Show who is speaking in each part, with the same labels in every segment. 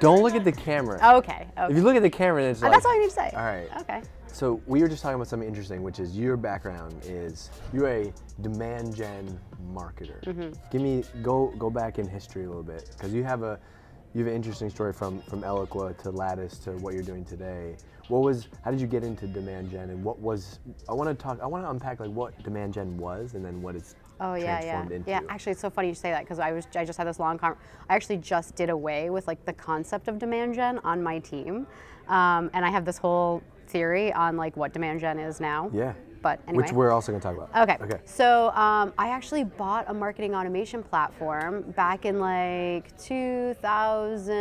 Speaker 1: Don't look at the camera.
Speaker 2: Okay. okay.
Speaker 1: If you look at the camera, then it's
Speaker 2: Oh. Uh,
Speaker 1: like,
Speaker 2: That's all you need to say.
Speaker 1: All right.
Speaker 2: Okay.
Speaker 1: So we were just talking about something interesting, which is your background is you're a demand gen marketer.
Speaker 2: Mm-hmm.
Speaker 1: Give me go go back in history a little bit because you have a you have an interesting story from from Eloqua to Lattice to what you're doing today. What was how did you get into demand gen and what was I want to talk I want to unpack like what demand gen was and then what it's
Speaker 2: Oh yeah, yeah,
Speaker 1: transformed into.
Speaker 2: yeah. Actually, it's so funny you say that because I was I just had this long con. I actually just did away with like the concept of demand gen on my team, um, and I have this whole theory on like what demand gen is now.
Speaker 1: Yeah.
Speaker 2: But anyway.
Speaker 1: Which we're also going to talk about.
Speaker 2: Okay.
Speaker 1: Okay.
Speaker 2: So um, I actually bought a marketing automation platform back in like 2000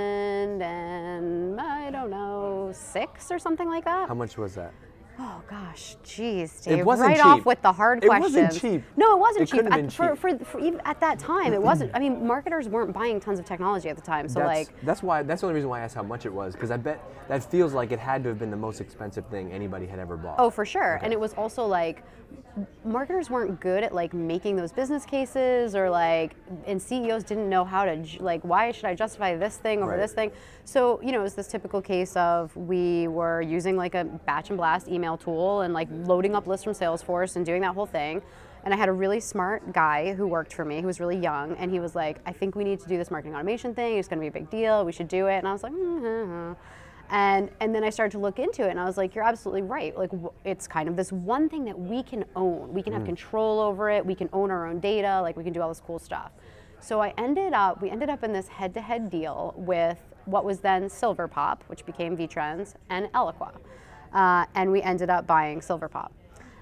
Speaker 2: and I don't know six or something like that.
Speaker 1: How much was that?
Speaker 2: Oh gosh, geez, Dave!
Speaker 1: wasn't
Speaker 2: right off
Speaker 1: cheap.
Speaker 2: with the hard
Speaker 1: It
Speaker 2: questions.
Speaker 1: wasn't cheap.
Speaker 2: No, it wasn't
Speaker 1: It
Speaker 2: cheap.
Speaker 1: couldn't have
Speaker 2: at,
Speaker 1: been
Speaker 2: for,
Speaker 1: cheap.
Speaker 2: For, for even at that time, it wasn't. I mean, marketers weren't buying tons of technology at the time, so
Speaker 1: that's,
Speaker 2: like.
Speaker 1: that's why that's the only reason why I asked how much it was because I bet that feels like it had to have been the most expensive thing anybody had ever bought.
Speaker 2: Oh, for sure. And it was also like marketers weren't good at like making those business cases or like and CEOs didn't know how to ju- like why should I justify this thing over
Speaker 1: Right.
Speaker 2: this thing? So, you know, it's this typical case of we were using like a batch and blast email tool and like loading up lists from Salesforce and doing that whole thing. And I had a really smart guy who worked for me who was really young and he was like, "I think we need to do this marketing automation thing. It's going to be a big deal. We should do it." And I was like, mm-hmm. And and then I started to look into it, and I was like, "You're absolutely right. Like, w- it's kind of this one thing that we can own. We can have control over it. We can own our own data. Like, we can do all this cool stuff." So I ended up, we ended up in this head-to-head deal with what was then Silverpop, which became VTrends, and Eloqua, uh, and we ended up buying Silverpop.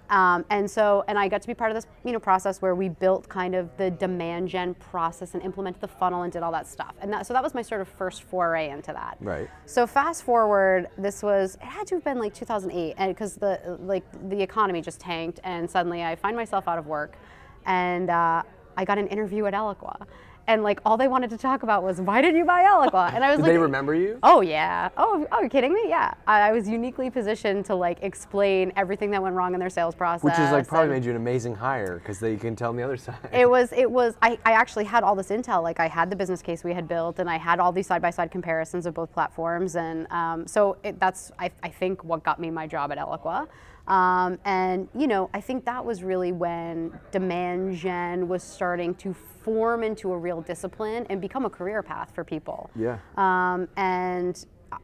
Speaker 2: Um, and so, and I got to be part of this, you know, process where we built kind of the demand gen process and implemented the funnel and did all that stuff. And that, so that was my sort of first foray into that.
Speaker 1: Right.
Speaker 2: So fast forward, this was it had to have been like 2008, and because the like the economy just tanked, and suddenly I find myself out of work, and uh, I got an interview at Eloqua, and like all they wanted to talk about was why did you buy Eloqua, and I was
Speaker 1: Did
Speaker 2: like,
Speaker 1: they remember you?
Speaker 2: Oh yeah. Oh, oh, you kidding me? Yeah. I, I was uniquely positioned to like explain everything that went wrong in their sales process.
Speaker 1: Which is like probably
Speaker 2: and-
Speaker 1: made you an amazing hire because you can tell on the other side.
Speaker 2: it was it was I, I actually had all this intel like i had the business case we had built and i had all these side-by-side comparisons of both platforms and um, so it, that's I, I think what got me my job at eloqua um, and you know i think that was really when demand gen was starting to form into a real discipline and become a career path for people
Speaker 1: Yeah.
Speaker 2: um, and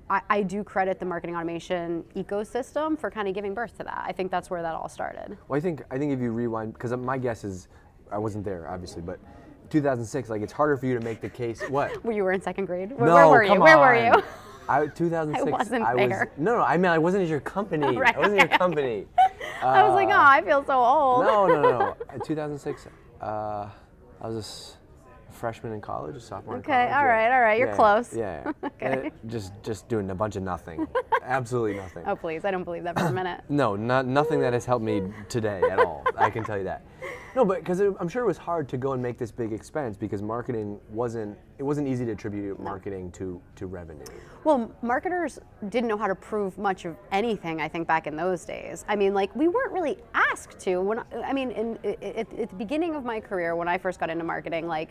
Speaker 2: I, I do credit the marketing automation ecosystem for kind of giving birth to that i think that's where that all started
Speaker 1: Well, I think I think if you rewind, because my guess is, I wasn't there obviously, but 2006, like it's harder for you to make the case. What?
Speaker 2: Were you were in second grade? Where,
Speaker 1: no,
Speaker 2: where were
Speaker 1: come
Speaker 2: you? Where were
Speaker 1: on.
Speaker 2: you?
Speaker 1: I 2006.
Speaker 2: I wasn't
Speaker 1: was-
Speaker 2: there.
Speaker 1: no, no. I mean, I wasn't at your company.
Speaker 2: right,
Speaker 1: I wasn't at your company.
Speaker 2: I was like, oh, I feel so old.
Speaker 1: No, no, no. In 2006, uh, I was a s- freshman in college, a sophomore.
Speaker 2: Okay,
Speaker 1: in college,
Speaker 2: all right, all right, you're
Speaker 1: Yeah,
Speaker 2: close.
Speaker 1: Yeah. yeah. And it- just, just doing a bunch of nothing. Absolutely nothing.
Speaker 2: Oh, please, I don't believe that for a minute.
Speaker 1: No, not nothing that has helped me today at all. I can tell you that. No, but because I'm sure it was hard to go and make this big expense because marketing wasn't. It wasn't easy to attribute marketing to to revenue.
Speaker 2: Well, marketers didn't know how to prove much of anything, I think, back in those days. I mean, like, we weren't really asked to. When I mean, in, at, at the beginning of my career, when I first got into marketing, like,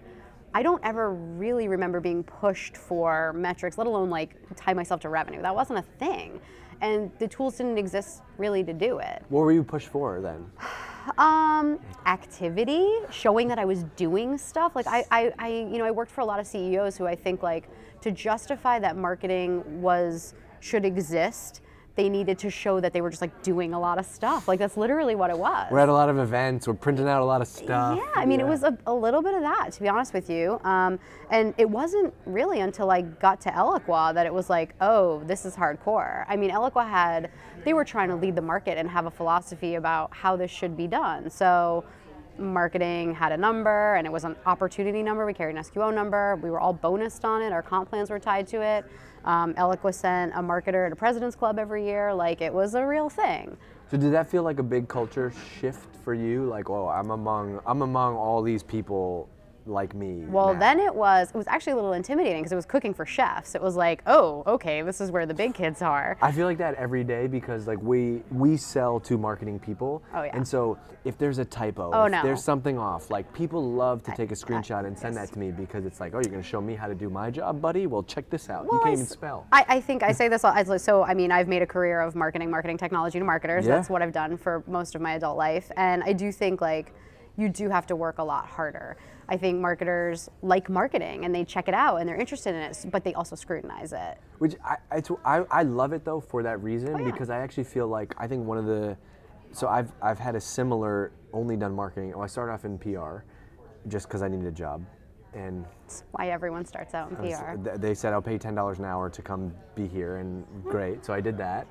Speaker 2: I don't ever really remember being pushed for metrics, let alone like tie myself to revenue. That wasn't a thing. And the tools didn't exist really to do it.
Speaker 1: What were you pushed for then?
Speaker 2: Um, activity, showing that I was doing stuff. Like I, I, I, you know, I worked for a lot of CEOs who I think like to justify that marketing was should exist, they needed to show that they were just like doing a lot of stuff. Like that's literally what it was.
Speaker 1: We're at a lot of events. We're printing out a lot of stuff.
Speaker 2: Yeah, I mean, it was a, a little bit of that, to be honest with you. Um, and it wasn't really until I got to Eloqua that it was like, oh, this is hardcore. I mean, Eloqua had, they were trying to lead the market and have a philosophy about how this should be done. So marketing had a number and it was an opportunity number. We carried an SQO number. We were all bonused on it. Our comp plans were tied to it. Um, Eloqua sent a marketer to President's Club every year. Like, it was a real thing.
Speaker 1: So did that feel like a big culture shift for you? Like, oh, I'm among I'm among all these people like me.
Speaker 2: Well,
Speaker 1: now.
Speaker 2: then it was it was actually a little intimidating because it was cooking for chefs. It was like, oh, okay, this is where the big kids are.
Speaker 1: I feel like that every day because like we we sell to marketing people.
Speaker 2: Oh, yeah.
Speaker 1: And so if there's a typo,
Speaker 2: Oh,
Speaker 1: if
Speaker 2: no.
Speaker 1: there's something off, like people love to take a screenshot and send that to me because it's like, oh, you're gonna show me how to do my job, buddy. Well, check this out. you
Speaker 2: Well, I
Speaker 1: can't even
Speaker 2: s-
Speaker 1: spell.
Speaker 2: I, I think I say this all. I- So I mean, I've made a career of marketing, marketing technology to marketers.
Speaker 1: Yeah.
Speaker 2: That's what I've done for most of my adult life, and I do think like you do have to work a lot harder. I think marketers like marketing and they check it out and they're interested in it, but they also scrutinize it.
Speaker 1: Which I, I, tw- I, I love it though for that reason
Speaker 2: yeah.
Speaker 1: because I actually feel like I think one of the, so I've I've had a similar only done marketing. Well, I started off in PR, just because I needed a job, and
Speaker 2: It's why everyone starts out in
Speaker 1: I was-
Speaker 2: PR.
Speaker 1: th- they said I'll pay ten dollars an hour to come be here, and great, so I did that.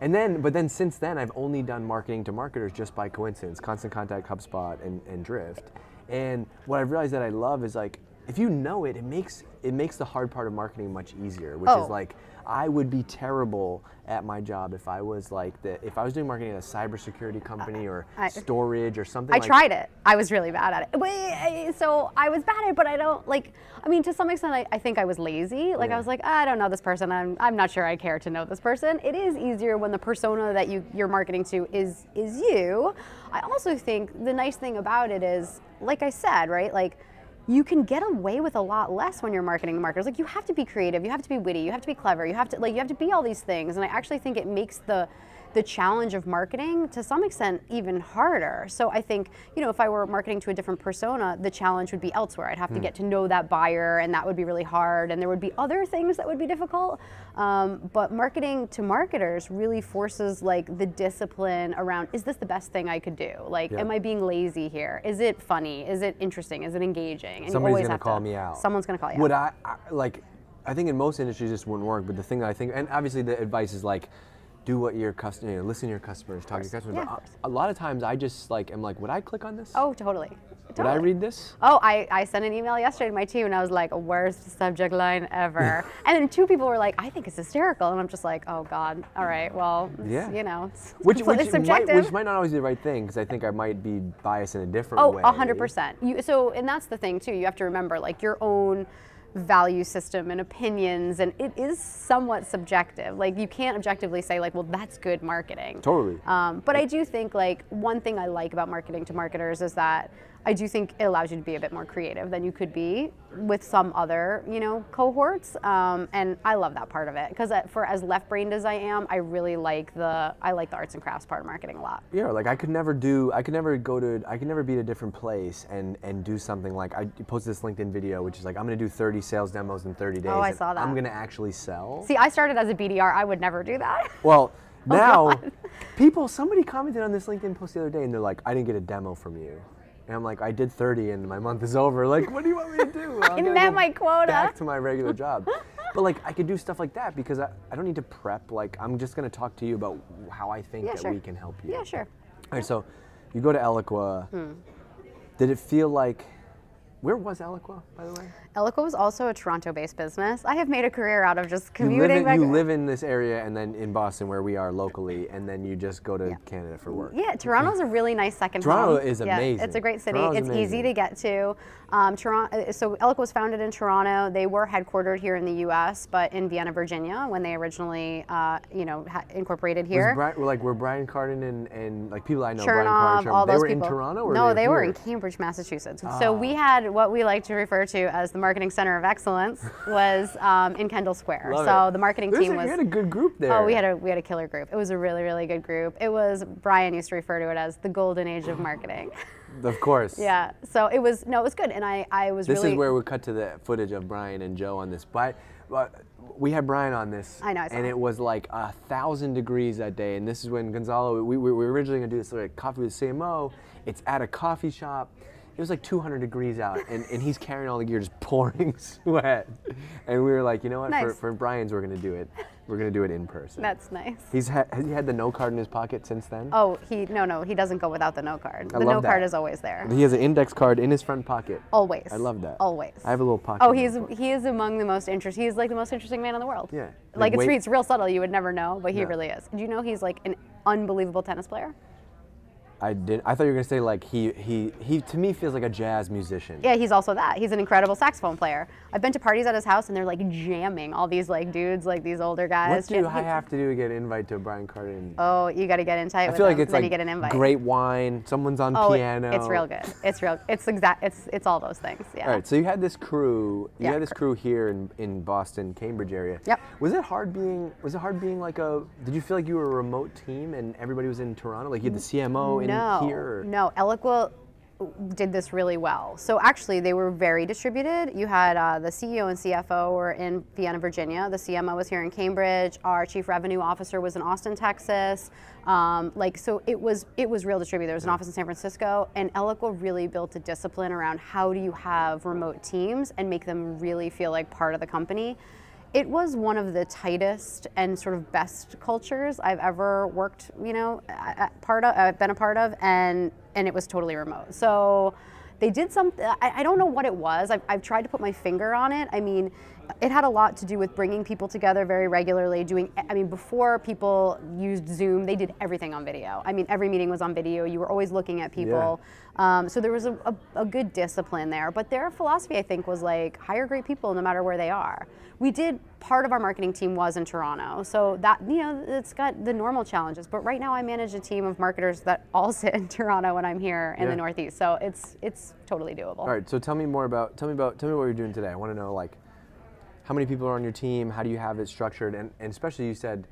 Speaker 1: And then, but then since then, I've only done marketing to marketers just by coincidence. Constant Contact, HubSpot, and, and Drift. And what I've realized that I love is like, if you know it, it makes it makes the hard part of marketing much easier, which
Speaker 2: Oh.
Speaker 1: is like, I would be terrible at my job if I was like the if I was doing marketing at a cybersecurity company or
Speaker 2: I-
Speaker 1: storage or something.
Speaker 2: I
Speaker 1: like,
Speaker 2: tried it. I was really bad at it. But I- I- so I was bad at it, but I don't like. I mean, to some extent, I, I think I was lazy. Like I
Speaker 1: Yeah.
Speaker 2: was like, I don't know this person. I'm, I'm not sure I care to know this person. It is easier when the persona that you you're marketing to is is you. I also think the nice thing about it is, like I said, right, like. You can get away with a lot less when you're marketing to marketers. Like you have to be creative, you have to be witty, you have to be clever, you have to like you have to be all these things. And I actually think it makes the the challenge of marketing to some extent even harder. So I think, you know, if I were marketing to a different persona, the challenge would be elsewhere. I'd have
Speaker 1: Hmm.
Speaker 2: to get to know that buyer and that would be really hard and there would be other things that would be difficult. Um, but marketing to marketers really forces like the discipline around is this the best thing I could do? Like,
Speaker 1: Yeah.
Speaker 2: am I being lazy here? Is it funny? Is it interesting? Is it engaging? And you
Speaker 1: Somebody's
Speaker 2: always
Speaker 1: gonna
Speaker 2: have to-
Speaker 1: call me out.
Speaker 2: Someone's gonna call you
Speaker 1: Would
Speaker 2: out.
Speaker 1: I, I like? I think in most industries this wouldn't work. But the thing that I think, and obviously the advice is like, do what your customer, you know, listen to your customers, talk to your
Speaker 2: course.
Speaker 1: customers.
Speaker 2: Yeah,
Speaker 1: but
Speaker 2: of
Speaker 1: a-
Speaker 2: course.
Speaker 1: a, lot of times I just like am like, would I click on this?
Speaker 2: oh, totally.
Speaker 1: Would I
Speaker 2: Totally.
Speaker 1: read this?
Speaker 2: Oh, I, I sent an email yesterday to my team and I was like, worst subject line ever. and then two people were like, I think it's hysterical. And I'm just like, oh God, all right, well, it's,
Speaker 1: Yeah.
Speaker 2: you know, it's,
Speaker 1: Which,
Speaker 2: it's,
Speaker 1: which,
Speaker 2: it's
Speaker 1: might,
Speaker 2: subjective.
Speaker 1: which might not always be the right thing because I think I might be biased in a different
Speaker 2: Oh,
Speaker 1: way.
Speaker 2: a hundred percent. You so, and that's the thing too. You have to remember, like your own value system and opinions, and it is somewhat subjective. Like you can't objectively say, like, well, that's good marketing.
Speaker 1: Totally.
Speaker 2: Um, but I do think, like, one thing I like about marketing to marketers is that I do think it allows you to be a bit more creative than you could be with some other, you know, cohorts. Um, and I love that part of it because for as left-brained as I am, I really like the I like the arts and crafts part of marketing a lot.
Speaker 1: Yeah, like I could never do, I could never go to, I could never be at a different place and and do something like I posted this LinkedIn video, which is like I'm gonna do 30 sales demos in 30 days.
Speaker 2: Oh, I
Speaker 1: and
Speaker 2: saw that.
Speaker 1: I'm gonna actually sell.
Speaker 2: See, I started as a BDR. I would never do that.
Speaker 1: Well, now people, somebody commented on this LinkedIn post the other day, and they're like, "I didn't get a demo from you," and I'm like, "I did 30, and my month is over. Like, what do you want me to do? I'm gonna
Speaker 2: met
Speaker 1: go
Speaker 2: my quota.
Speaker 1: Back to my regular job." but like, I could do stuff like that because I, I don't need to prep. Like, I'm just gonna talk to you about how I think
Speaker 2: Yeah,
Speaker 1: that
Speaker 2: sure.
Speaker 1: we can help you.
Speaker 2: Yeah, sure. Hmm.
Speaker 1: All right, so you go to Eloqua. Did it feel like? Where was Eloqua, by the way?
Speaker 2: Eloqua was also a Toronto-based business. I have made a career out of just
Speaker 1: You
Speaker 2: commuting
Speaker 1: live, in,
Speaker 2: back.
Speaker 1: you live in this area and then in Boston where we are locally, and then you just go to Canada for work.
Speaker 2: Yeah, Toronto's a really nice second
Speaker 1: Toronto
Speaker 2: home.
Speaker 1: is
Speaker 2: Yeah, It's a
Speaker 1: amazing.
Speaker 2: great city.
Speaker 1: Toronto's
Speaker 2: it's easy
Speaker 1: amazing.
Speaker 2: to get to. Um, Toronto. So Eloqua was founded in Toronto. They were headquartered here in the U.S., but in Vienna, Virginia, when they originally, uh, you know, ha- incorporated
Speaker 1: Was
Speaker 2: here.
Speaker 1: Bri- like were Brian Carden and, and like people I know, Brian
Speaker 2: Chernoff,
Speaker 1: Carden, Chernoff,
Speaker 2: all
Speaker 1: they
Speaker 2: those
Speaker 1: were
Speaker 2: people.
Speaker 1: in Toronto or
Speaker 2: no,
Speaker 1: were
Speaker 2: they,
Speaker 1: they,
Speaker 2: were in
Speaker 1: here? Ah.
Speaker 2: Cambridge, Massachusetts. So we had what we like to refer to as the marketing center of excellence was um, in Kendall Square.
Speaker 1: Love
Speaker 2: so
Speaker 1: it.
Speaker 2: the marketing
Speaker 1: There's
Speaker 2: team
Speaker 1: a-
Speaker 2: was.
Speaker 1: You had a good group there.
Speaker 2: Oh, we had a we had a killer group. It was a really really good group. It was Brian used to refer to it as the golden age of marketing.
Speaker 1: Of course.
Speaker 2: yeah. So it was no, it was good, and I I was
Speaker 1: This
Speaker 2: really.
Speaker 1: is where we cut to the footage of Brian and Joe on this. But, but we had Brian on this.
Speaker 2: I know, I saw
Speaker 1: and
Speaker 2: it.
Speaker 1: it was like a thousand degrees that day. And this is when Gonzalo, we, we were originally gonna do this like coffee with CMO. It's at a coffee shop. It was like 200 degrees out, and, and he's carrying all the gear, just pouring sweat. And we were like, you know what? For,
Speaker 2: Nice.
Speaker 1: for Brian's, we're gonna do it. We're gonna do it in person.
Speaker 2: that's nice.
Speaker 1: He's ha- has he had the no card in his pocket since then?
Speaker 2: Oh, he no no he doesn't go without the no card.
Speaker 1: I
Speaker 2: the no
Speaker 1: love
Speaker 2: card
Speaker 1: that.
Speaker 2: is always there.
Speaker 1: He has an index card in his front pocket.
Speaker 2: Always.
Speaker 1: I love that.
Speaker 2: Always.
Speaker 1: I have a little pocket.
Speaker 2: Oh,
Speaker 1: in my
Speaker 2: he's
Speaker 1: pocket.
Speaker 2: he is among the most interesting. He's like the most interesting man in the world.
Speaker 1: Yeah.
Speaker 2: Like,
Speaker 1: Like,
Speaker 2: it's,
Speaker 1: wait-
Speaker 2: it's real subtle. You would never know, but he
Speaker 1: No.
Speaker 2: really is. Do you know he's like an unbelievable tennis player?
Speaker 1: I did. I thought you were gonna say like he he he to me feels like a jazz musician.
Speaker 2: Yeah, he's also that. He's an incredible saxophone player. I've been to parties at his house and they're like jamming all these like dudes, like these older guys.
Speaker 1: What do
Speaker 2: jam-
Speaker 1: I have to do to get an invite to a Brian Carden?
Speaker 2: Oh, you got to get in tight
Speaker 1: I
Speaker 2: with
Speaker 1: feel like
Speaker 2: him,
Speaker 1: it's
Speaker 2: then
Speaker 1: like
Speaker 2: you get an invite.
Speaker 1: great wine. Someone's on
Speaker 2: oh, it-
Speaker 1: piano.
Speaker 2: it's real good. It's real. It's exact. It's it's all those things. Yeah.
Speaker 1: All right, so you had this crew. You
Speaker 2: Yeah,
Speaker 1: had this crew here in, in Boston, Cambridge area.
Speaker 2: Yep.
Speaker 1: Was it hard being? Was it hard being like a? Did you feel like you were a remote team and everybody was in Toronto? Like you had the CMO
Speaker 2: no,
Speaker 1: in here. or-
Speaker 2: No, Eloqua did this really well. So actually, they were very distributed. You had uh, the CEO and CFO were in Vienna, Virginia. The CMO was here in Cambridge. Our chief revenue officer was in Austin, Texas. Um, like so, it was it was real distributed. There was an office in San Francisco, and Eloqua really built a discipline around how do you have remote teams and make them really feel like part of the company. It was one of the tightest and sort of best cultures I've ever worked, you know, at, at part of, I've been a part of, and and it was totally remote. So they did something. I, I don't know what it was. I've, I've tried to put my finger on it. I mean, it had a lot to do with bringing people together very regularly. Doing, I mean, before people used Zoom, they did everything on video. I mean, every meeting was on video. You were always looking at people. Um, so there was a, a, a good discipline there. But their philosophy, I think, was like hire great people no matter where they are. We did part of our marketing team was in Toronto, so that you know it's got the normal challenges. But right now, I manage a team of marketers that all sit in Toronto when I'm here in
Speaker 1: Yeah.
Speaker 2: the Northeast. So it's it's totally doable.
Speaker 1: All right, so tell me more about tell me about tell me what you're doing today. I want to know like how many people are on your team, how do you have it structured, and, and especially you said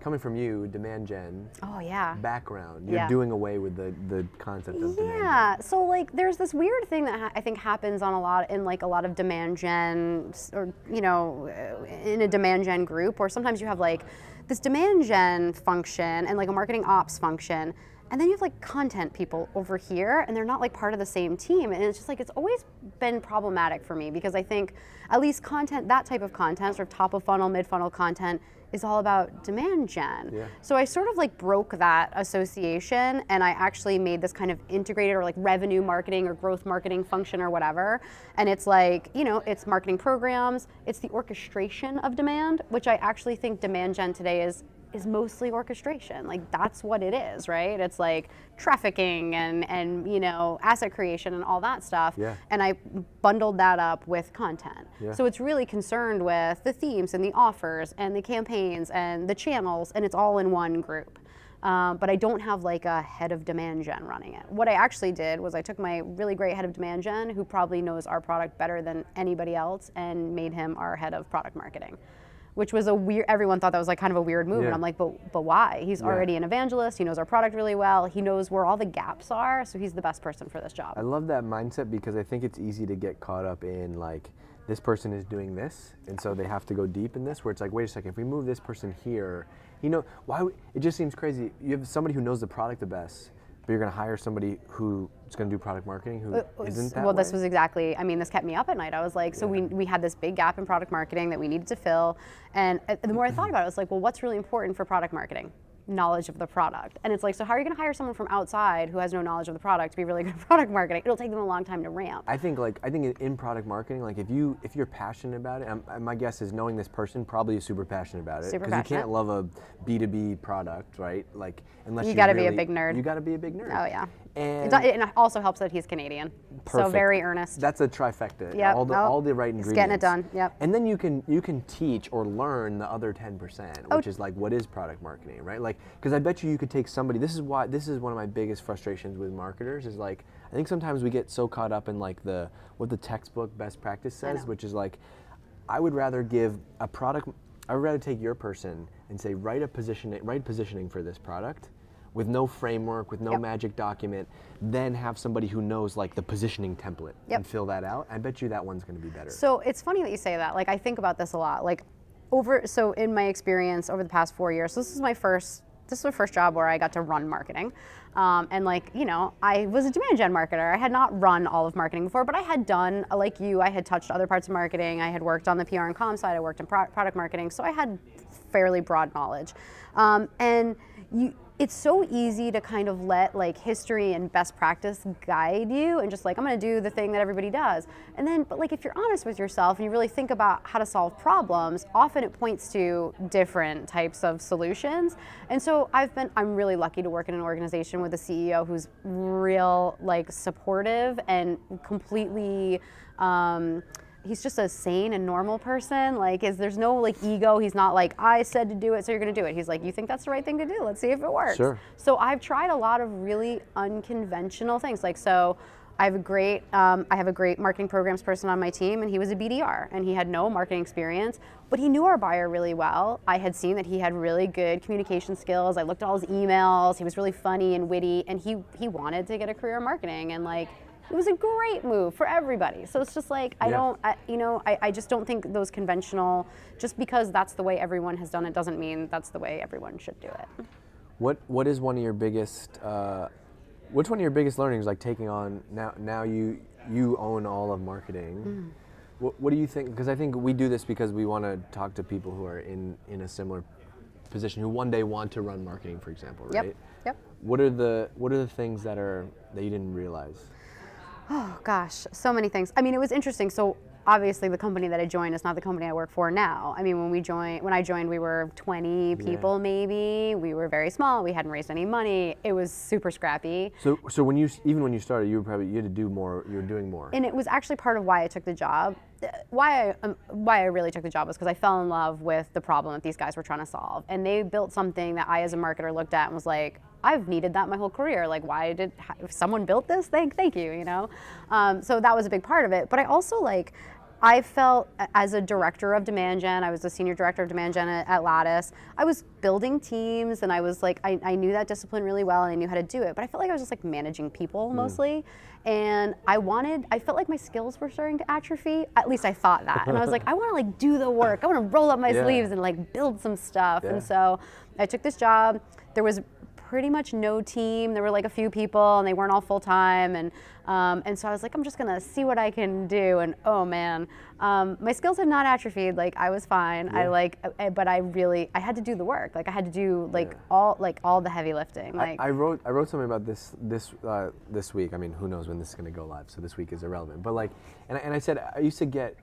Speaker 1: coming from you, demand gen
Speaker 2: Oh yeah.
Speaker 1: background, you're
Speaker 2: Yeah.
Speaker 1: doing away with the the concept of demand. gen.
Speaker 2: Yeah. So like, there's this weird thing that ha- I think happens on a lot in like a lot of demand gen, s- or you know, uh, in a demand gen group, or sometimes you have like this demand gen function and like a marketing ops function, and then you have like content people over here, and they're not like part of the same team, and it's just like it's always been problematic for me because I think at least content, that type of content, sort of top of funnel, mid funnel content. Is all about demand gen.
Speaker 1: Yeah.
Speaker 2: So I sort of like broke that association and I actually made this kind of integrated or like revenue marketing or growth marketing function or whatever. And it's like, you know, it's marketing programs, it's the orchestration of demand, which I actually think demand gen today is is mostly orchestration. Like that's what it is, right? It's like trafficking and and you know, asset creation and all that stuff
Speaker 1: Yeah.
Speaker 2: and I bundled that up with content.
Speaker 1: Yeah.
Speaker 2: So it's really concerned with the themes and the offers and the campaigns and the channels, and it's all in one group. Um, but I don't have like a head of demand gen running it. What I actually did was I took my really great head of demand gen, who probably knows our product better than anybody else, and made him our head of product marketing. Which was a weird. Everyone thought that was like kind of a weird move,
Speaker 1: Yeah.
Speaker 2: and I'm like, but but why? He's already an evangelist. He knows our product really well. He knows where all the gaps are, so he's the best person for this job.
Speaker 1: I love that mindset because I think it's easy to get caught up in like this person is doing this, and so they have to go deep in this. Where it's like, wait a second, if we move this person here, you know, why? would- It just seems crazy. You have somebody who knows the product the best, but you're gonna hire somebody who is gonna do product marketing who not that
Speaker 2: Uh, well this
Speaker 1: way?
Speaker 2: was exactly i mean this kept me up at night i was like so we, we had this big gap in product marketing that we needed to fill and uh, the more i thought about it i was like well what's really important for product marketing knowledge of the product and it's like so how are you going to hire someone from outside who has no knowledge of the product to be really good at product marketing it'll take them a long time to ramp
Speaker 1: I think like I think in- in product marketing, like if you if you're passionate about it, um, uh, my guess is knowing this person probably is super passionate about it
Speaker 2: Super
Speaker 1: you can't
Speaker 2: passionate.
Speaker 1: love a B two B product, right? Like unless
Speaker 2: You
Speaker 1: you,
Speaker 2: gotta be a
Speaker 1: really-
Speaker 2: big nerd.
Speaker 1: You got to be a big nerd.
Speaker 2: oh yeah
Speaker 1: And
Speaker 2: it, do- it also helps that he's canadian so
Speaker 1: Perfect.
Speaker 2: very earnest
Speaker 1: That's a trifecta.
Speaker 2: Yep,
Speaker 1: All the,
Speaker 2: oh,
Speaker 1: all the right ingredients.
Speaker 2: he's getting it done, yep.
Speaker 1: And then you can you can teach or learn the other 10%,
Speaker 2: Oh.
Speaker 1: which is like what is product marketing, right? Like cuz I bet you you could take somebody This is why this is one of my biggest frustrations with marketers is like I think sometimes we get so caught up in like the what the textbook best practice says,
Speaker 2: know.
Speaker 1: which is like I would rather give a product I would rather take your person and say write a position write positioning for this product with no framework, with no
Speaker 2: Yep.
Speaker 1: magic document, then have somebody who knows like the positioning template
Speaker 2: Yep.
Speaker 1: and fill that out. I bet you that one's going to be better.
Speaker 2: So it's funny that you say that. Like I think about this a lot. Like over so in my experience over the past four years, so this is my first this is my first job where I got to run marketing. Um, and like you know, I was a demand gen marketer. I had not run all of marketing before, but I had done like you. I had touched other parts of marketing. I had worked on the PR and comm side. I worked in pro- product marketing, so I had fairly broad knowledge. Um, and you it's so easy to kind of let like history and best practice guide you and just like i'm going to do the thing that everybody does and then but like if you're honest with yourself and you really think about how to solve problems often it points to different types of solutions and so i've been i'm really lucky to work in an organization with a ceo who's real like supportive and completely um, he's just a sane and normal person. Like, is there's no like ego. He's not like I said to do it, so you're gonna do it. He's like, you think that's the right thing to do? Let's see if it works.
Speaker 1: Sure.
Speaker 2: So I've tried a lot of really unconventional things. Like, so I have a great um, I have a great marketing programs person on my team, and he was a BDR, and he had no marketing experience, but he knew our buyer really well. I had seen that he had really good communication skills. I looked at all his emails. He was really funny and witty, and he he wanted to get a career in marketing, and like. It was a great move for everybody. So it's just like I
Speaker 1: Yeah.
Speaker 2: don't, I, you know, I, I just don't think those conventional. Just because that's the way everyone has done it doesn't mean that's the way everyone should do it.
Speaker 1: What What is one of your biggest? Uh, which one of your biggest learnings? Like taking on now. Now you you own all of
Speaker 2: Hmm.
Speaker 1: marketing. What, what do you think? Because I think we do this because we want to talk to people who are in in a similar position who one day want to run marketing, for example,
Speaker 2: Yep.
Speaker 1: right?
Speaker 2: Yep.
Speaker 1: What are the What are the things that are that you didn't realize?
Speaker 2: Oh gosh, so many things. I mean, it was interesting. So obviously, the company that I joined is not the company I work for now. I mean, when we joined, when I joined, we were 20 people maybe. We were very small. We hadn't raised any money. It was super scrappy.
Speaker 1: So so when you s- even when you started, you were probably you had to do more. You were doing more.
Speaker 2: and it was actually part of why I took the job. Uh, Why I um, why I really took the job was because I fell in love with the problem that these guys were trying to solve, and they built something that I, as a marketer, looked at and was like, I've needed that my whole career. Like, why did ha- if someone built this? Thank thank you, you know. Um, so that was a big part of it. But I also like. I felt a- as a director of demand gen, I was the senior director of demand gen at, at Lattice. I was building teams and I was like, I, I knew that discipline really well and I knew how to do it, but I felt like I was just like managing
Speaker 1: Mm.
Speaker 2: people mostly. And I wanted, I felt like my skills were starting to atrophy. At least I thought that. And I was like, I want to like do the work. I want to roll up my
Speaker 1: Yeah.
Speaker 2: sleeves and like build some stuff.
Speaker 1: Yeah.
Speaker 2: And so I took this job. There was pretty much no team. There were like a few people, and they weren't all full time. And um, and so I was like, I'm just gonna see what I can do. And oh man, um, my skills had not atrophied. Like I was fine. I
Speaker 1: Yeah.
Speaker 2: like, I, but I really I had to do the work. Like I had to do like
Speaker 1: Yeah.
Speaker 2: all like all the heavy lifting. Like
Speaker 1: I wrote I wrote something about this this uh, this week. I mean, who knows when this is going to go live? So this week is irrelevant. But like, and I, and I said I used to get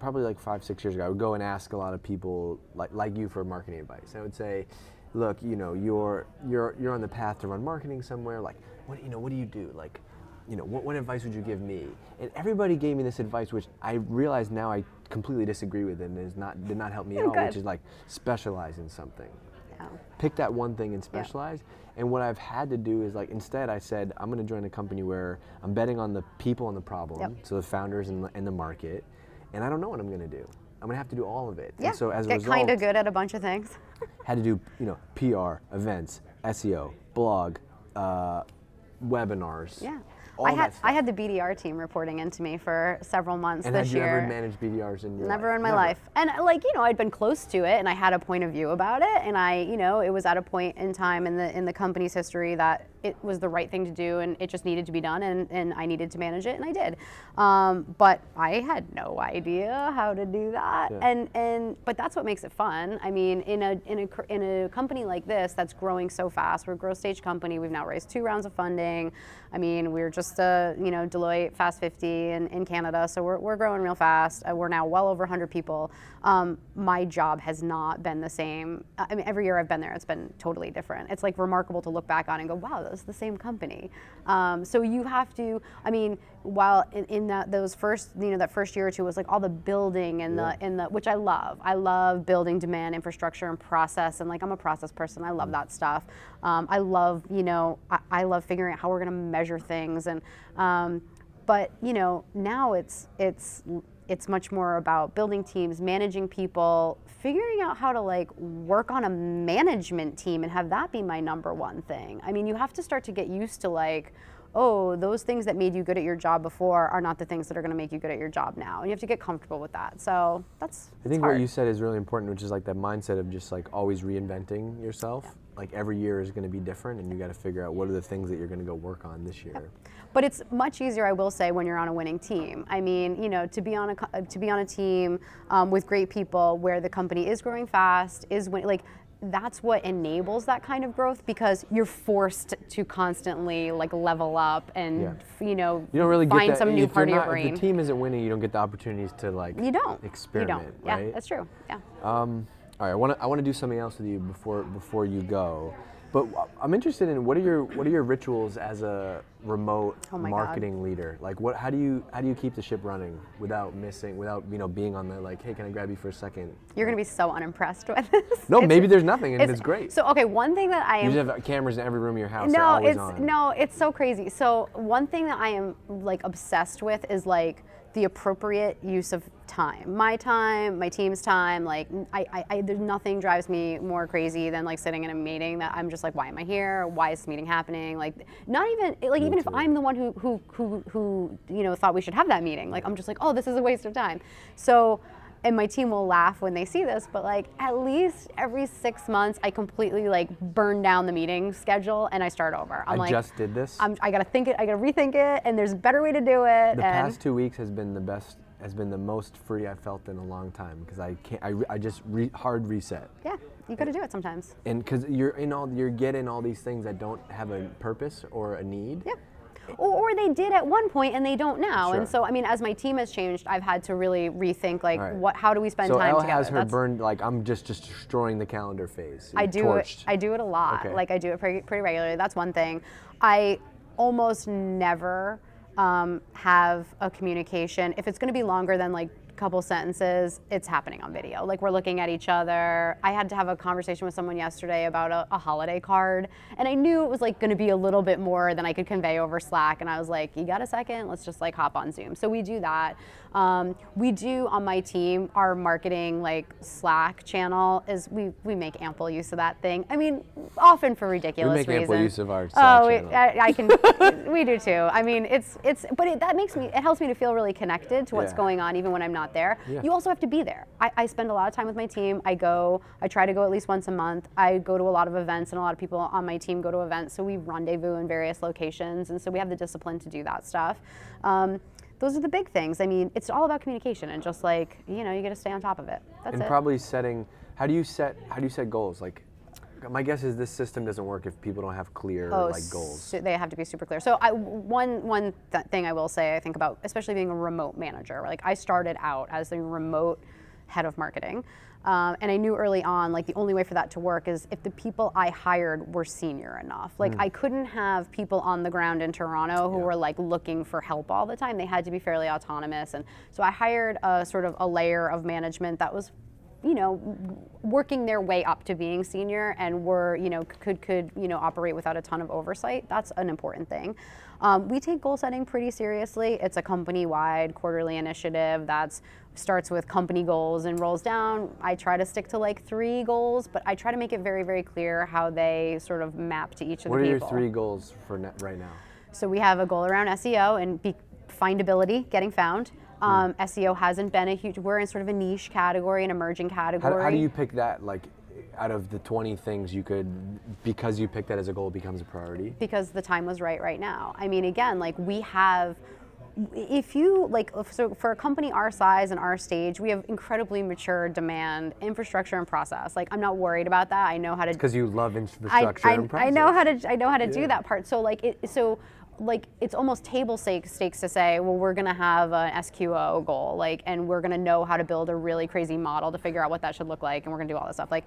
Speaker 1: probably like five six years ago. I would go and ask a lot of people like like you for marketing advice. And I would say, look, you know, you're you're you're on the path to run marketing somewhere. Like, what you know, what do you do? Like, you know, what, what advice would you give me? And everybody gave me this advice, which I realize now I completely disagree with, and is not did not help me at all. Which
Speaker 2: Oh, Good.
Speaker 1: is like specialize in something
Speaker 2: yeah.
Speaker 1: pick that one thing and specialize. And what I've had to do is like instead I said I'm going to join a company where I'm betting on the people and the problem,
Speaker 2: Yep.
Speaker 1: so the founders and the, and the market, and I don't know what I'm going to do. I'm going to have to do all of it.
Speaker 2: yeah.
Speaker 1: And so as a
Speaker 2: get
Speaker 1: result,
Speaker 2: kind of good at a bunch of things.
Speaker 1: had to do you know PR, events, SEO, blog, uh, webinars.
Speaker 2: Yeah.
Speaker 1: All
Speaker 2: I had
Speaker 1: that stuff.
Speaker 2: I had the BDR team reporting into me for several months
Speaker 1: and
Speaker 2: this
Speaker 1: had you
Speaker 2: year.
Speaker 1: ever managed BDRs in your
Speaker 2: Never
Speaker 1: life?
Speaker 2: in my life. And uh, like, you know, I'd been close to it and I had a point of view about it and I, you know, it was at a point in time in the in the company's history that it was the right thing to do and it just needed to be done and, and I needed to manage it and I did. Um, but I had no idea how to do that.
Speaker 1: Yeah.
Speaker 2: And and but that's what makes it fun. I mean, in a in a cr- in a company like this that's growing so fast, we're a growth stage company. We've now raised two rounds of funding. I mean, we're just a you know Deloitte Fast 50 in, in Canada, so we're, we're growing real fast. Uh, we're now well over 100 people. Um, my job has not been the same. Uh, I I mean, every year I've been there, it's been totally different. It's like remarkable to look back on and go, wow, that's the same company. Um, so you have to. I mean, while in, in that those first you know that first year or two was like all the building and the and the which I love. I love building demand infrastructure and process and like I'm a process person. I love that stuff. Um, I love you know I, I love figuring out how we're gonna measure things and um, but you know now it's it's it's much more about building teams, managing people, figuring out how to like work on a management team and have that be my number one thing. I mean, you have to start to get used to like oh, those things that made you good at your job before are not the things that are going to make you good at your job now. And you have to get comfortable with that. So that's,
Speaker 1: I
Speaker 2: it's
Speaker 1: think
Speaker 2: hard.
Speaker 1: what you said is really important, which is like that mindset of just like always reinventing yourself. Like every year is going to be different, and you got to figure out what are the things that you're going to go work on this year.
Speaker 2: But it's much easier, I will say, when you're on a winning team. I mean, you know, to be on a co- to be on a team um, with great people where the company is growing fast, is win- like that's what enables that kind of growth because you're forced to constantly like level up and
Speaker 1: Yeah.
Speaker 2: you know
Speaker 1: You don't really get
Speaker 2: find
Speaker 1: that-
Speaker 2: some new
Speaker 1: if you're
Speaker 2: part of your
Speaker 1: not- if
Speaker 2: brain.
Speaker 1: the team isn't winning, you don't get the opportunities to like
Speaker 2: you don't.
Speaker 1: experiment,
Speaker 2: You don't.
Speaker 1: right?
Speaker 2: Yeah, that's true. Yeah.
Speaker 1: Um, all right, I want to I want to do something else with you before before you go, but w- I'm interested in what are your what are your rituals as a remote
Speaker 2: Oh my God.
Speaker 1: marketing leader? Like, what how do you how do you keep the ship running without missing without you know being on the like, hey, can I grab you for a second?
Speaker 2: You're gonna be so unimpressed with this.
Speaker 1: No,
Speaker 2: It's-
Speaker 1: maybe there's nothing and it's,
Speaker 2: it's-
Speaker 1: great.
Speaker 2: So okay, one thing that I
Speaker 1: you
Speaker 2: am
Speaker 1: just have cameras in every room of your house. they're
Speaker 2: no,
Speaker 1: always
Speaker 2: it's
Speaker 1: on.
Speaker 2: no, it's so crazy. So one thing that I am like obsessed with is like the appropriate use of time, my time, my team's time. Like n- I, I, I there's nothing drives me more crazy than like sitting in a meeting that I'm just like, why am I here? Why is this meeting happening? Like not even like even if
Speaker 1: too.
Speaker 2: I'm the one who who who who you know thought we should have that meeting. Like I'm just like, oh, this is a waste of time. So. And my team will laugh when they see this, but like at least every six months, I completely like burn down the meeting schedule and I start over. I'm
Speaker 1: I
Speaker 2: like,
Speaker 1: just did this.
Speaker 2: I'm, I gotta think it, I gotta rethink it, and there's a better way to do it.
Speaker 1: The
Speaker 2: and
Speaker 1: past two weeks has been the best, has been the most free I've felt in a long time because I can't, I, re- I just re, hard reset.
Speaker 2: yeah, you gotta do it sometimes.
Speaker 1: And because you're in all, you're getting all these things that don't have a purpose or a need.
Speaker 2: Yep. Or, or they did at one point and they don't now.
Speaker 1: Sure.
Speaker 2: And so, I mean, as my team has changed, I've had to really rethink like,
Speaker 1: All right.
Speaker 2: what, how do we spend
Speaker 1: So
Speaker 2: time
Speaker 1: Elle
Speaker 2: together?
Speaker 1: has her
Speaker 2: That's-
Speaker 1: burned like I'm just just destroying the calendar phase.
Speaker 2: I do
Speaker 1: torched.
Speaker 2: it. I do it a lot.
Speaker 1: Okay.
Speaker 2: Like I do it pretty, pretty regularly. That's one thing. I almost never um, have a communication. If it's going to be longer than like a couple sentences, it's happening on video. Like we're looking at each other. I had to have a conversation with someone yesterday about a, a holiday card, and I knew it was like going to be a little bit more than I could convey over Slack. And I was like, "You got a second? Let's just like hop on Zoom." So we do that. Um, we do on my team our marketing like Slack channel is we we make ample use of that thing. I mean, often for ridiculous
Speaker 1: make ample
Speaker 2: reasons.
Speaker 1: use of our Slack
Speaker 2: oh, we-
Speaker 1: channel.
Speaker 2: I, I can. we do too. I mean, it's it's but it, that makes me it helps me to feel really connected to what's
Speaker 1: Yeah.
Speaker 2: going on even when I'm not there.
Speaker 1: Yeah.
Speaker 2: You also have to be there. I, I spend a lot of time with my team. I go. I try to go at least once a month. I go to a lot of events, and a lot of people on my team go to events. So we rendezvous in various locations, and so we have the discipline to do that stuff. Um, those are the big things. I mean, it's all about communication and just like you know, you got to stay on top of it. That's
Speaker 1: and
Speaker 2: it.
Speaker 1: probably setting. How do you set? How do you set goals? Like, my guess is this system doesn't work if people don't have clear
Speaker 2: Oh,
Speaker 1: like goals.
Speaker 2: su- they have to be super clear. So I one one th- thing I will say I think about, especially being a remote manager. Like I started out as the remote head of marketing, um, and I knew early on like the only way for that to work is if the people I hired were senior enough. Like I couldn't have people on the ground in Toronto who
Speaker 1: Hmm. Yeah.
Speaker 2: were like looking for help all the time. They had to be fairly autonomous, and so I hired a sort of a layer of management that was you know w- working their way up to being senior and were you know c- could could you know operate without a ton of oversight that's an important thing um, we take goal setting pretty seriously it's a company wide quarterly initiative that's starts with company goals and rolls down i try to stick to like three goals but i try to make it very very clear how they sort of map to each of
Speaker 1: What
Speaker 2: the
Speaker 1: are your
Speaker 2: people
Speaker 1: three goals for ne- right now?
Speaker 2: so we have a goal around SEO and be, findability, getting found.
Speaker 1: Hmm.
Speaker 2: Um, SEO hasn't been a huge. We're in sort of a niche category, an emerging
Speaker 1: How,
Speaker 2: category.
Speaker 1: how do you pick that? Like, out of the 20 things you could, because you pick that as a goal, becomes a priority.
Speaker 2: because the time was right right now. I mean, again, like we have. If you like, if- so for a company our size and our stage, we have incredibly mature demand, infrastructure, and process. Like, I'm not worried about that. I know how to
Speaker 1: Because you love infrastructure
Speaker 2: I,
Speaker 1: and
Speaker 2: I, I
Speaker 1: process.
Speaker 2: know how to I know how to do
Speaker 1: Yeah.
Speaker 2: that part. So like it so like it's almost table stakes, stakes to say, well, we're gonna have an SQO goal, like, and we're gonna know how to build a really crazy model to figure out what that should look like, and we're gonna do all this stuff. Like,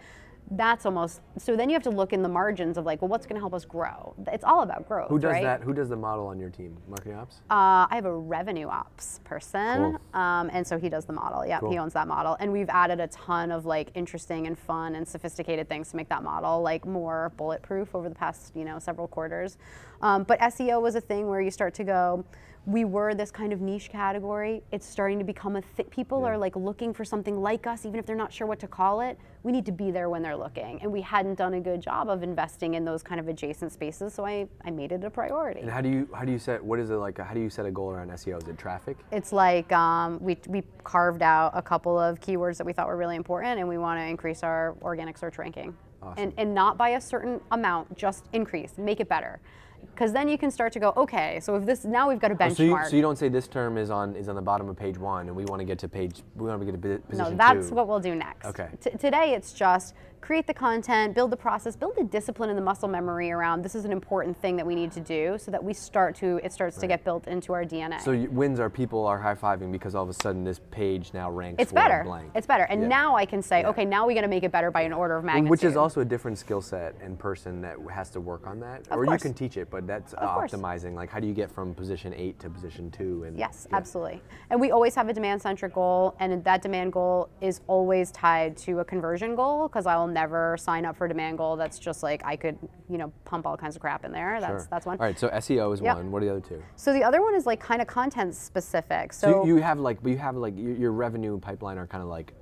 Speaker 2: that's almost. So then you have to look in the margins of like, well, what's gonna help us grow? It's all about growth,
Speaker 1: Who does
Speaker 2: right?
Speaker 1: that? Who does the model on your team? Marketing ops.
Speaker 2: Uh, I have a revenue ops person,
Speaker 1: Cool.
Speaker 2: um, and so he does the model. Yeah,
Speaker 1: Cool.
Speaker 2: he owns that model, and we've added a ton of like interesting and fun and sophisticated things to make that model like more bulletproof over the past you know several quarters. Um, but SEO was a thing where you start to go. We were this kind of niche category. It's starting to become a thi- people are like looking for something like us, even if they're not sure what to call it. We need to be there when they're looking, and we hadn't done a good job of investing in those kind of adjacent spaces. So I, I made it a priority.
Speaker 1: And how do you how do you set what is it like? How do you set a goal around SEO? Is it traffic?
Speaker 2: It's like um, we, we carved out a couple of keywords that we thought were really important, and we want to increase our organic search ranking. And, and not by a certain amount, just increase, make it better. Because then you can start to go, okay, so if this, now we've got a benchmark.
Speaker 1: Oh, So you, so you don't say this term is on is on the bottom of page one, and we want to get to page we want to get to posi- position
Speaker 2: no, that's
Speaker 1: two.
Speaker 2: what we'll do next.
Speaker 1: Okay.
Speaker 2: T- today it's just create the content, build the process, build the discipline and the muscle memory around this is an important thing that we need to do so that we start to, it starts to get built into our DNA.
Speaker 1: So you, wins are people are high fiving because all of a sudden this page now ranks
Speaker 2: it's
Speaker 1: for
Speaker 2: better.
Speaker 1: blank.
Speaker 2: It's better. And
Speaker 1: Yeah.
Speaker 2: now I can say, okay, now we're going to make it better by an order of magnitude.
Speaker 1: Which is also a different skill set and person that has to work on that. or
Speaker 2: course.
Speaker 1: you can teach it, but that's
Speaker 2: course.
Speaker 1: optimizing. Like, how do you get from position eight to position two? And
Speaker 2: Yes,
Speaker 1: yeah.
Speaker 2: absolutely. And we always have a demand centric goal, and that demand goal is always tied to a conversion goal because I will never sign up for a demand goal that's just like I could, you know, pump all kinds of crap in there. That's
Speaker 1: Sure.
Speaker 2: that's one.
Speaker 1: All right, so SEO is
Speaker 2: Yep.
Speaker 1: one. What are the other two?
Speaker 2: So the other one is like kind of content specific. So,
Speaker 1: So, you, you have like, but you have like your, your revenue and pipeline are kind of like,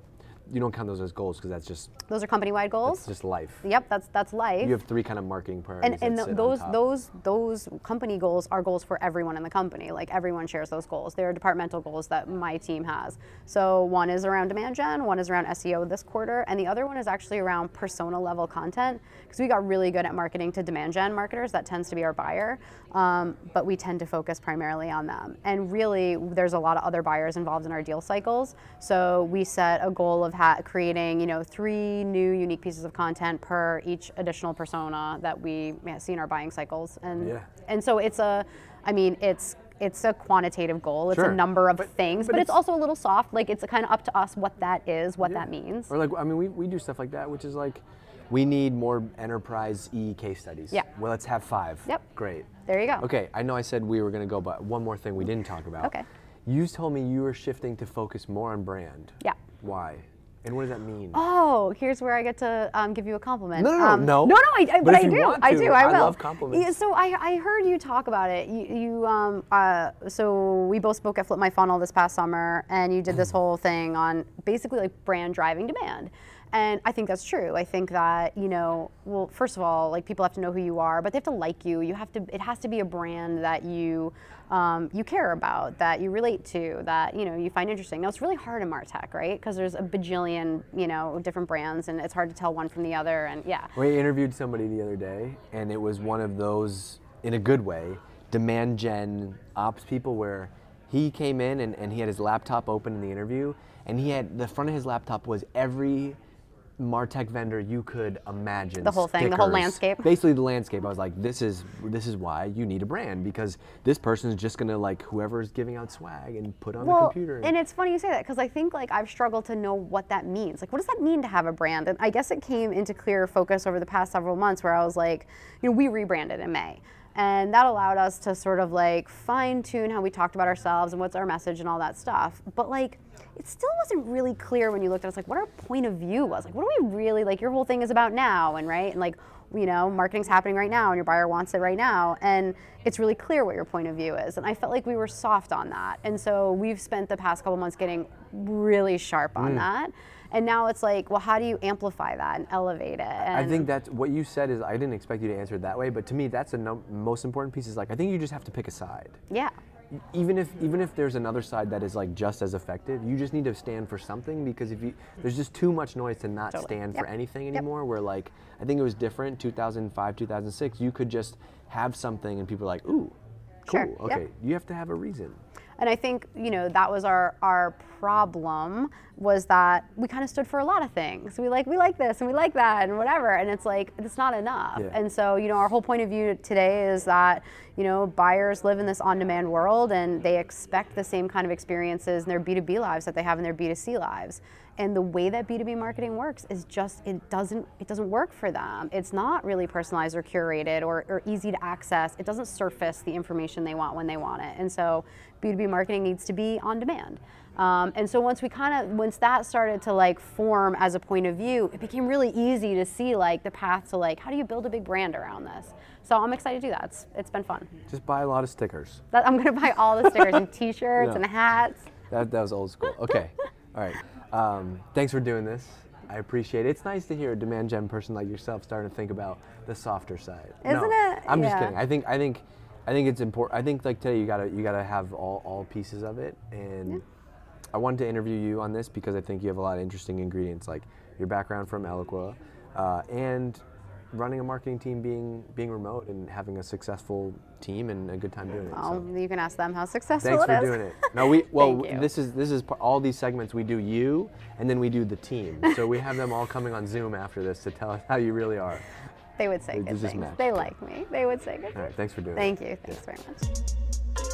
Speaker 1: you don't count those as goals because that's just
Speaker 2: those are company wide
Speaker 1: it's
Speaker 2: goals.
Speaker 1: just life.
Speaker 2: Yep, that's that's life.
Speaker 1: You have three kind of marketing priorities.
Speaker 2: and and
Speaker 1: that
Speaker 2: th-
Speaker 1: sit on
Speaker 2: those
Speaker 1: top.
Speaker 2: those those company goals are goals for everyone in the company. Like everyone shares those goals. They're departmental goals that my team has. So one is around demand gen, one is around SEO this quarter, and the other one is actually around persona level content because we got really good at marketing to demand gen marketers. That tends to be our buyer, um, but we tend to focus primarily on them. And really, there's a lot of other buyers involved in our deal cycles. So we set a goal of ha- creating, you know, three new unique pieces of content per each additional persona that we yeah, see in our buying cycles. And
Speaker 1: Yeah.
Speaker 2: and so it's a, I mean, it's it's a quantitative goal. It's
Speaker 1: Sure.
Speaker 2: a number of
Speaker 1: But-
Speaker 2: things,
Speaker 1: but
Speaker 2: but, it's,
Speaker 1: it's-
Speaker 2: also a little soft. Like it's kind of up to us what that is, what that means.
Speaker 1: Or like, I mean, we, we do stuff like that, which is like, we need more enterprise E case studies.
Speaker 2: Yeah.
Speaker 1: Well, let's have five.
Speaker 2: Yep.
Speaker 1: Great.
Speaker 2: There you go.
Speaker 1: Okay, I know I said we were gonna go, but one more thing we didn't talk about.
Speaker 2: Okay.
Speaker 1: You told me you were shifting to focus more on brand.
Speaker 2: Yeah.
Speaker 1: Why? And what does that mean?
Speaker 2: Oh, here's where I get to um, give you a compliment.
Speaker 1: No, no, no,
Speaker 2: Um,
Speaker 1: no.
Speaker 2: no, I, I,
Speaker 1: But
Speaker 2: but
Speaker 1: if
Speaker 2: I
Speaker 1: you
Speaker 2: do,
Speaker 1: want
Speaker 2: I
Speaker 1: to,
Speaker 2: do, I
Speaker 1: I
Speaker 2: will.
Speaker 1: love compliments.
Speaker 2: Yeah, so I, I heard you talk about it. You, you um, uh, so we both spoke at Flip My Funnel this past summer, and you did this whole thing on basically like brand driving demand. And I think that's true. I think that you know, well, first of all, like people have to know who you are, but they have to like you. You have to. It has to be a brand that you um, you care about, that you relate to, that you know you find interesting. Now it's really hard in Martech, right? Because there's a bajillion you know different brands, and it's hard to tell one from the other. And yeah,
Speaker 1: We interviewed somebody the other day, and it was one of those, in a good way, demand gen ops people where he came in and, and he had his laptop open in the interview, and he had the front of his laptop was every Martech vendor you could imagine.
Speaker 2: The whole thing, the whole
Speaker 1: stickers,
Speaker 2: landscape.
Speaker 1: Basically, the landscape. I was like, this is this is why you need a brand because this person is just gonna like whoever's giving out swag and put on the computer.
Speaker 2: And it's funny you say that because I think like I've struggled to know what that means. Like, what does that mean to have a brand? And I guess it came into clearer focus over the past several months where I was like, you know, we rebranded in May. And that allowed us to sort of like fine tune how we talked about ourselves and what's our message and all that stuff. But like, it still wasn't really clear when you looked at us like what our point of view was. Like, what do we really like? Your whole thing is about now, and right, and like you know, marketing's happening right now and your buyer wants it right now. And it's really clear what your point of view is. And I felt like we were soft on that. And so we've spent the past couple months getting really sharp
Speaker 1: Mm.
Speaker 2: on that. And now it's like, well, how do you amplify that and elevate it?
Speaker 1: I
Speaker 2: And
Speaker 1: think that's what you said is I didn't expect you to answer it that way, but to me that's the num- most important piece is like I think you just have to pick a side. E,
Speaker 2: yeah.
Speaker 1: Even if even if there's another side that is like just as effective, you just need to stand for something because if you there's just too much noise to not
Speaker 2: Totally.
Speaker 1: stand for
Speaker 2: Yep.
Speaker 1: anything anymore. Where like I think it was different 2005 2006, you could just have something and people are like ooh, cool
Speaker 2: Sure. Yep.
Speaker 1: okay. You have to have a reason.
Speaker 2: And I think, you know, that was our our problem was that we kind of stood for a lot of things. We like we like this and we like that and whatever. And it's like it's not enough.
Speaker 1: Yeah.
Speaker 2: And so, you know, our whole point of view today is that, you know, buyers live in this on-demand world and they expect the same kind of experiences in their B2B lives that they have in their B2C lives. And the way that B2B marketing works is just it doesn't it doesn't work for them. It's not really personalized or curated or, or easy to access. It doesn't surface the information they want when they want it. And so B2B marketing needs to be on demand. Um, and so once we kind of once that started to like form as a point of view, it became really easy to see like the path to like how do you build a big brand around this. So I'm excited to do that. It's, it's been fun.
Speaker 1: Just buy a lot of stickers.
Speaker 2: That, I'm gonna buy all the stickers and T-shirts
Speaker 1: Yeah.
Speaker 2: and hats.
Speaker 1: That, that was old school. Okay. All right. Um, thanks for doing this. I appreciate it. It's nice to hear a demand gen person like yourself starting to think about the softer side.
Speaker 2: Isn't it?
Speaker 1: I'm just
Speaker 2: Yeah.
Speaker 1: kidding. I think I think I think it's important. I think like today you gotta you gotta have all, all pieces of it. And I wanted to interview you on this because I think you have a lot of interesting ingredients, like your background from Eloqua, uh, and running a marketing team being being remote and having a successful team and a good time doing it. so.
Speaker 2: Well, Um, you can ask them how successful
Speaker 1: Thanks
Speaker 2: it
Speaker 1: for
Speaker 2: is.
Speaker 1: doing it. No, we well
Speaker 2: Thank you.
Speaker 1: this is this is par- all these segments we do you and then we do the team. So we have them all coming on Zoom after this to tell us how you really are.
Speaker 2: They would say
Speaker 1: It
Speaker 2: good
Speaker 1: just
Speaker 2: things.
Speaker 1: matched.
Speaker 2: They like me. They would say good
Speaker 1: All right, thanks for doing it.
Speaker 2: Thank you. Thanks very much.